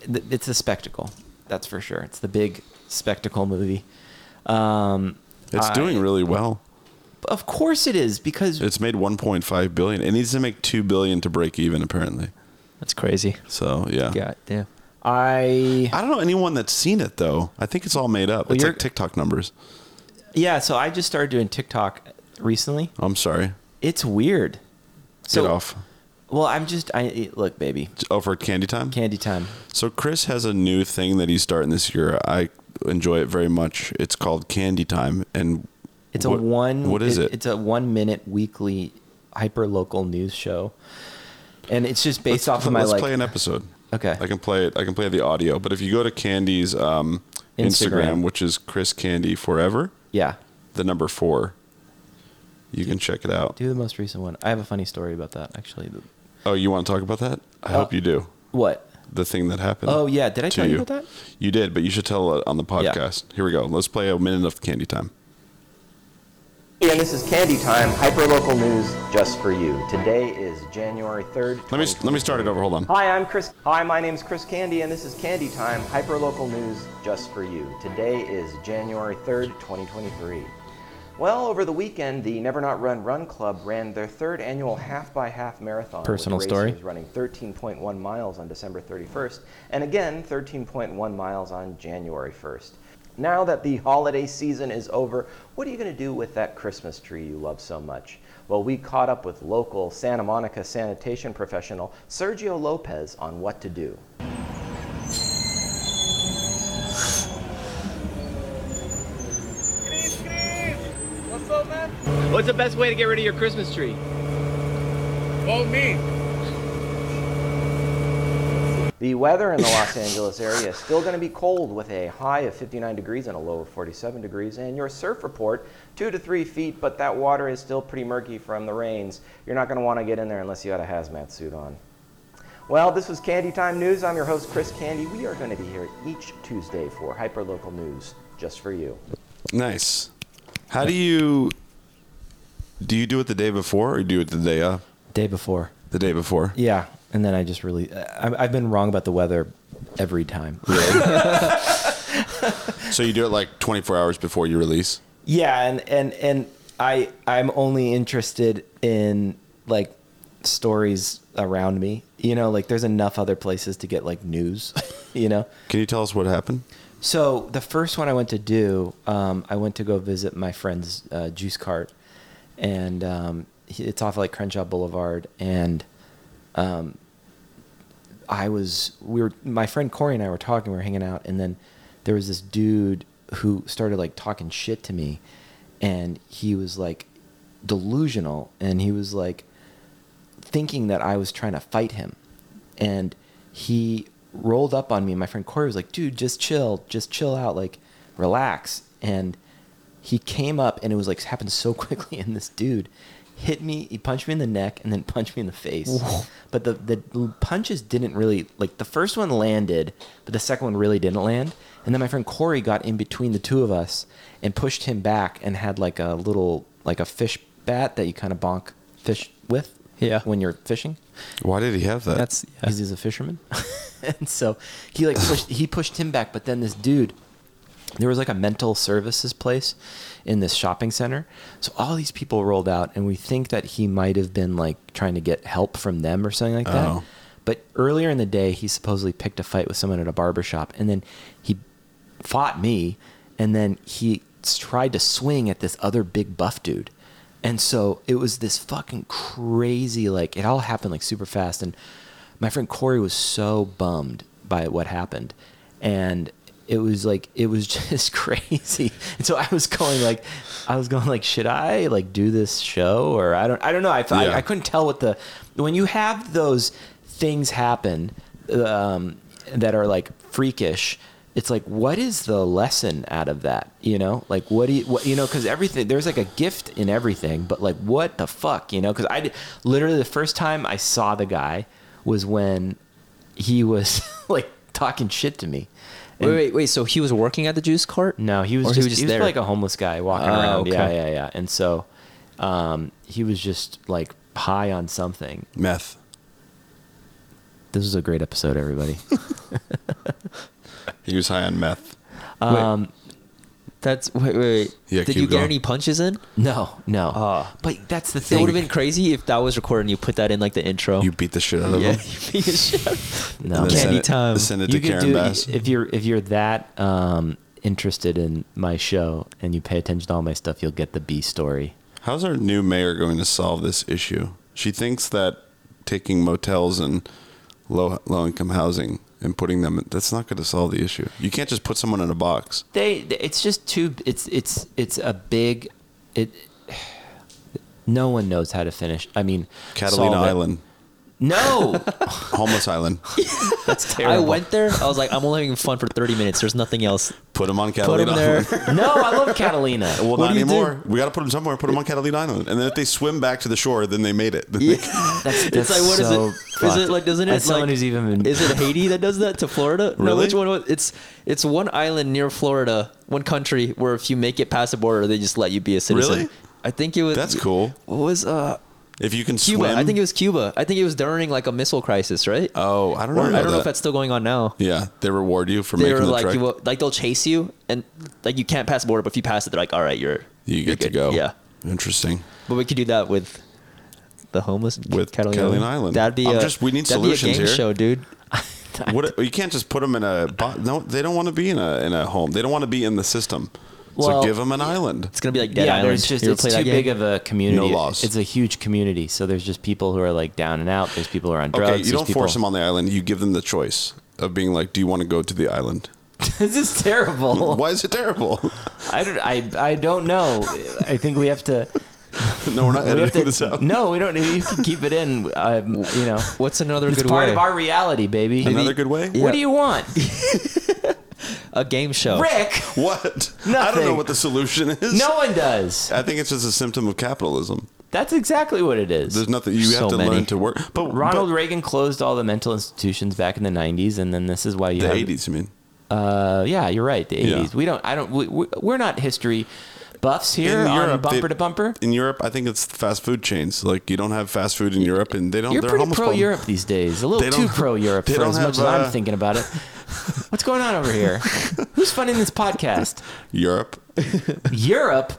Speaker 2: it's a spectacle. That's for sure. It's the big spectacle movie. Um
Speaker 3: it's
Speaker 2: I-
Speaker 3: doing really well.
Speaker 2: Of course it is because
Speaker 3: It's made 1.5 billion. It needs to make 2 billion to break even, apparently.
Speaker 4: That's crazy.
Speaker 3: So yeah.
Speaker 4: God damn.
Speaker 2: I
Speaker 3: I don't know anyone that's seen it though. I think it's all made up.
Speaker 2: Well,
Speaker 3: it's
Speaker 2: you're-
Speaker 3: like TikTok numbers.
Speaker 2: yeah, so I just started doing TikTok recently.
Speaker 3: I'm sorry.
Speaker 2: It's weird. So
Speaker 3: Get off.
Speaker 2: well, I'm just I look, baby.
Speaker 3: Oh, for candy time.
Speaker 2: Candy time.
Speaker 3: So Chris has a new thing that he's starting this year. I enjoy it very much. It's called Candy Time, and
Speaker 2: It's a
Speaker 3: what-
Speaker 2: one.
Speaker 3: What is it?
Speaker 2: It's a one minute weekly hyper local news show, and it's just based off of my
Speaker 3: Let's
Speaker 2: like.
Speaker 3: play an episode.
Speaker 2: Okay.
Speaker 3: I can play it. I can play the audio. But if you go to Candy's um, Instagram.
Speaker 2: Instagram.
Speaker 3: which is Chris Candy Forever,
Speaker 2: yeah,
Speaker 3: the number four, you can check it out.
Speaker 2: do the most recent one. I have a funny story about that actually. The-
Speaker 3: Oh, you want to talk about that? I hope you do.
Speaker 2: What?
Speaker 3: The thing that happened.
Speaker 2: Oh, yeah. Did I
Speaker 3: Mm. to
Speaker 2: tell you about that?
Speaker 3: You did, but you should tell it on the
Speaker 2: Yeah.
Speaker 3: podcast. Here we go. Let's play a minute of Candy Time.
Speaker 5: Hey, and this is Candy Time, hyperlocal news just for you. Today is January 3rd.
Speaker 3: Let me let me start it over. Hold on.
Speaker 5: Hi, I'm Chris. Hi, my name's Chris Candy, and this is Candy Time, hyperlocal news just for you. Today is January 3rd, 2023. Well, over the weekend, the Never Not Run Run Club ran their third annual half by half marathon. with
Speaker 2: Personal story.
Speaker 5: racers Running 13.1 miles on December 31st, and again 13.1 miles on January 1st. Now that the holiday season is over, what are you going to do with that Christmas tree you love so much? Well, we caught up with local Santa Monica sanitation professional Sergio Lopez on what to do.
Speaker 6: What's up, man?
Speaker 7: What's the best way to get rid of your Christmas tree?
Speaker 6: Oh, me.
Speaker 5: The weather in the Los Angeles area is still going to be cold with a high of 59 degrees and a low of 47 degrees. And your surf report, two to three feet, but that water is still pretty murky from the rains. You're not going to want to get in there unless you got a hazmat suit on. Well, this was Candy Time News. I'm your host, Chris Candy. We are going to be here each Tuesday for hyperlocal news just for you.
Speaker 3: Nice. How do you do you do it the day before or do it the day of?
Speaker 2: Day before.
Speaker 3: the day before.
Speaker 2: Yeah, and then I just really I, I've been wrong about the weather every time.
Speaker 3: So you do it like 24 hours before you release.
Speaker 2: Yeah, and and and I I'm only interested in like stories around me. You know, like there's enough other places to get like news. You know.
Speaker 3: Can you tell us what happened?
Speaker 2: So the first one I went to do, um, I went to go visit my friend's uh, juice cart, and um, he- it's off like Crenshaw Boulevard, and um, I was we were my friend Corey and I were talking, we were hanging out, and then there was this dude who started like talking shit to me, and he was like delusional, and he was like thinking that I was trying to fight him. And he rolled up on me. My friend Corey was like, dude, just chill, just chill out, like, relax. And he came up and it was like happened so quickly. And this dude hit me, he punched me in the neck and then punched me in the face. But the, the punches didn't really, like, the first one landed, but the second one really didn't land. And then my friend Corey got in between the two of us and pushed him back and had like a little, like a fish bat that you kind of bonk fish with
Speaker 4: Yeah.
Speaker 2: when you're fishing
Speaker 3: Why did he have that?
Speaker 4: That's yeah.
Speaker 2: because he's a fisherman. and so he like pushed he pushed him back, but then this dude there was like a mental services place in this shopping center. So all these people rolled out and we think that he might have been like trying to get help from them or something like that.
Speaker 3: Oh.
Speaker 2: But earlier in the day he supposedly picked a fight with someone at a barber shop, and then he fought me and then he s- tried to swing at this other big buff dude. And so it was this fucking crazy, like, it all happened like super fast. And my friend Corey was so bummed by what happened. And it was like, it was just crazy. And so I was going like, I was going like, should I like do this show or I don't, I don't know. I, I,
Speaker 3: Yeah.
Speaker 2: I couldn't tell what the, when you have those things happen um, that are like freakish, it's like what is the lesson out of that you know like what do you what, you know because everything there's like a gift in everything but like what the fuck you know because i did- literally the first time i saw the guy was when he was like talking shit to me
Speaker 4: Wait, wait, wait. So he was working at the juice cart?
Speaker 2: no he was
Speaker 4: Or
Speaker 2: just,
Speaker 4: he was just
Speaker 2: he was
Speaker 4: there?
Speaker 2: like a homeless guy walking
Speaker 4: Oh,
Speaker 2: around yeah
Speaker 4: okay.
Speaker 2: yeah yeah and so um he was just like high on something
Speaker 3: meth.
Speaker 2: this was a great episode everybody
Speaker 3: He was high on meth.
Speaker 2: um
Speaker 4: That's wait, wait. wait.
Speaker 3: Yeah,
Speaker 4: Did
Speaker 3: keep
Speaker 4: you get
Speaker 3: going.
Speaker 4: any punches in?
Speaker 2: no no
Speaker 4: Ah.
Speaker 2: Uh, but that's the
Speaker 4: It
Speaker 2: thing
Speaker 4: would have been crazy if that was recorded and you put that in like the intro.
Speaker 3: You beat the shit out of
Speaker 4: yeah.
Speaker 3: him.
Speaker 4: you beat the shit out of-
Speaker 2: no
Speaker 3: And then
Speaker 4: Candy
Speaker 3: send it-
Speaker 4: time.
Speaker 3: Send it
Speaker 2: you
Speaker 3: to
Speaker 2: could
Speaker 3: Karen
Speaker 2: do,
Speaker 3: Bass.
Speaker 2: If you're if you're that um, interested in my show and you pay attention to all my stuff, you'll get the B story.
Speaker 3: How's our new mayor going to solve this issue? She thinks that taking motels and low low income housing and putting them that's not going to solve the issue. You can't just put someone in a box.
Speaker 2: They it's just too it's it's it's a big it. No one knows how to finish. I mean,
Speaker 3: Catalina
Speaker 2: solve it.
Speaker 3: Island,
Speaker 2: No,
Speaker 3: homeless island.
Speaker 2: that's
Speaker 4: I
Speaker 2: terrible.
Speaker 4: went there. I was like, I'm only having fun for 30 minutes. There's nothing else.
Speaker 3: Put them on
Speaker 4: Put
Speaker 3: Catalina
Speaker 4: him there.
Speaker 3: Island.
Speaker 2: No, I love Catalina.
Speaker 3: Well,
Speaker 4: What
Speaker 3: not
Speaker 4: do you do?
Speaker 3: anymore. We got to put them somewhere. Put them on Catalina Island, and then if they swim back to the shore, then they made it.
Speaker 2: That's,
Speaker 4: It's
Speaker 2: that's
Speaker 4: like what is
Speaker 2: so
Speaker 4: it? Is
Speaker 2: fucked.
Speaker 4: it like doesn't it
Speaker 2: As someone
Speaker 4: like,
Speaker 2: who's even been
Speaker 4: is it Haiti that does that to Florida? No,
Speaker 3: Really?
Speaker 4: which one was it's it's one island near Florida, one country where if you make it past the border, they just let you be a citizen.
Speaker 3: Really?
Speaker 4: I think it was
Speaker 3: That's cool.
Speaker 4: What was uh
Speaker 3: If you can
Speaker 4: Cuba?
Speaker 3: swim,
Speaker 4: I think it was Cuba. I think it was during like a missile crisis, right?
Speaker 3: Oh, I don't know.
Speaker 4: Or- I don't know
Speaker 3: that.
Speaker 4: if that's still going on now.
Speaker 3: Yeah, they reward you for
Speaker 4: They
Speaker 3: making
Speaker 4: were
Speaker 3: the
Speaker 4: like
Speaker 3: trek.
Speaker 4: you will- like they'll chase you and like you can't pass the border, but if you pass it, they're like, all right, you're
Speaker 3: you
Speaker 4: you're
Speaker 3: get to
Speaker 4: good."
Speaker 3: go.
Speaker 4: Yeah,
Speaker 3: Interesting.
Speaker 4: but we could do that with. The homeless
Speaker 3: With Catalina Island.
Speaker 4: That'd be
Speaker 3: I'm
Speaker 4: a,
Speaker 3: just- we need
Speaker 4: that'd
Speaker 3: solutions
Speaker 4: be a game
Speaker 3: here.
Speaker 4: show, dude.
Speaker 3: What you can't just put them in a bo- no. They don't want to be in a in a home. They don't want to be in the system.
Speaker 2: Well-
Speaker 3: so give them an island.
Speaker 4: It's gonna be like Dead
Speaker 2: yeah,
Speaker 4: Island.
Speaker 2: there's just
Speaker 4: You ever
Speaker 2: it's
Speaker 4: play that
Speaker 2: too
Speaker 4: game?
Speaker 2: big of a community.
Speaker 3: No laws.
Speaker 2: It's a huge community, so there's just people who are like down and out. There's people who are on drugs.
Speaker 3: Okay, you don't
Speaker 2: there's people...
Speaker 3: force them on the island. You give them the choice of being like, "Do you want to go to the island?"
Speaker 2: this is terrible.
Speaker 3: Why is it terrible?
Speaker 2: I don't. I, I don't know. I think we have to.
Speaker 3: no, we're not
Speaker 2: We have
Speaker 3: editing
Speaker 2: to
Speaker 3: this out.
Speaker 2: No, we don't. You can keep it in. Um, you know,
Speaker 4: What's another
Speaker 2: it's
Speaker 4: good
Speaker 2: part
Speaker 4: way?
Speaker 2: of our reality, baby.
Speaker 3: Another good way.
Speaker 2: What do you want,
Speaker 4: a game show.
Speaker 2: Rick?
Speaker 3: What? I don't know
Speaker 2: Nothing.
Speaker 3: what the solution is.
Speaker 2: No one does.
Speaker 3: I think it's just a symptom of capitalism.
Speaker 2: That's exactly what it is.
Speaker 3: There's nothing you have
Speaker 4: So
Speaker 3: to
Speaker 4: many.
Speaker 3: learn to work. But
Speaker 2: Ronald
Speaker 3: but
Speaker 2: Reagan closed all the mental institutions back in the '90s, and then this is why you
Speaker 3: the
Speaker 2: have,
Speaker 3: eighties. I mean,
Speaker 2: Uh, yeah, you're right. The
Speaker 3: Yeah.
Speaker 2: '80s. We don't. I don't. We, we- we're not history. Buffs here
Speaker 3: In
Speaker 2: on
Speaker 3: Europe, they-
Speaker 2: bumper to bumper.
Speaker 3: In Europe, I think it's the fast food chains. Like you don't have fast food in Europe, and they don't.
Speaker 2: You're
Speaker 3: they're
Speaker 2: pretty
Speaker 3: homophobe.
Speaker 2: pro Europe these days. A little
Speaker 3: They
Speaker 2: too
Speaker 3: don't-
Speaker 2: pro Europe
Speaker 3: they
Speaker 2: for
Speaker 3: don't
Speaker 2: as much as
Speaker 3: have,
Speaker 2: I'm
Speaker 3: uh,
Speaker 2: thinking about it. What's going on over here? Who's funding this podcast?
Speaker 3: Europe.
Speaker 2: Europe?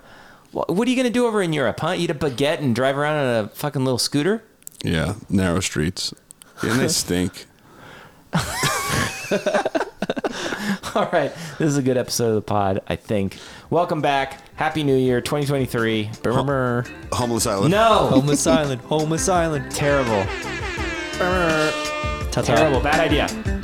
Speaker 2: Wha- What are you going to do over in Europe, huh? Eat a baguette and drive around on a fucking little scooter?
Speaker 3: Yeah, narrow streets, and they stink.
Speaker 2: All right. This is a good episode of the pod, I think. Welcome back. Happy New Year 2023. Brr.
Speaker 3: Homeless island.
Speaker 2: No.
Speaker 4: Homeless Island. Homeless Island.
Speaker 2: Terrible.
Speaker 4: Ta-ta.
Speaker 2: Terrible. Bad idea.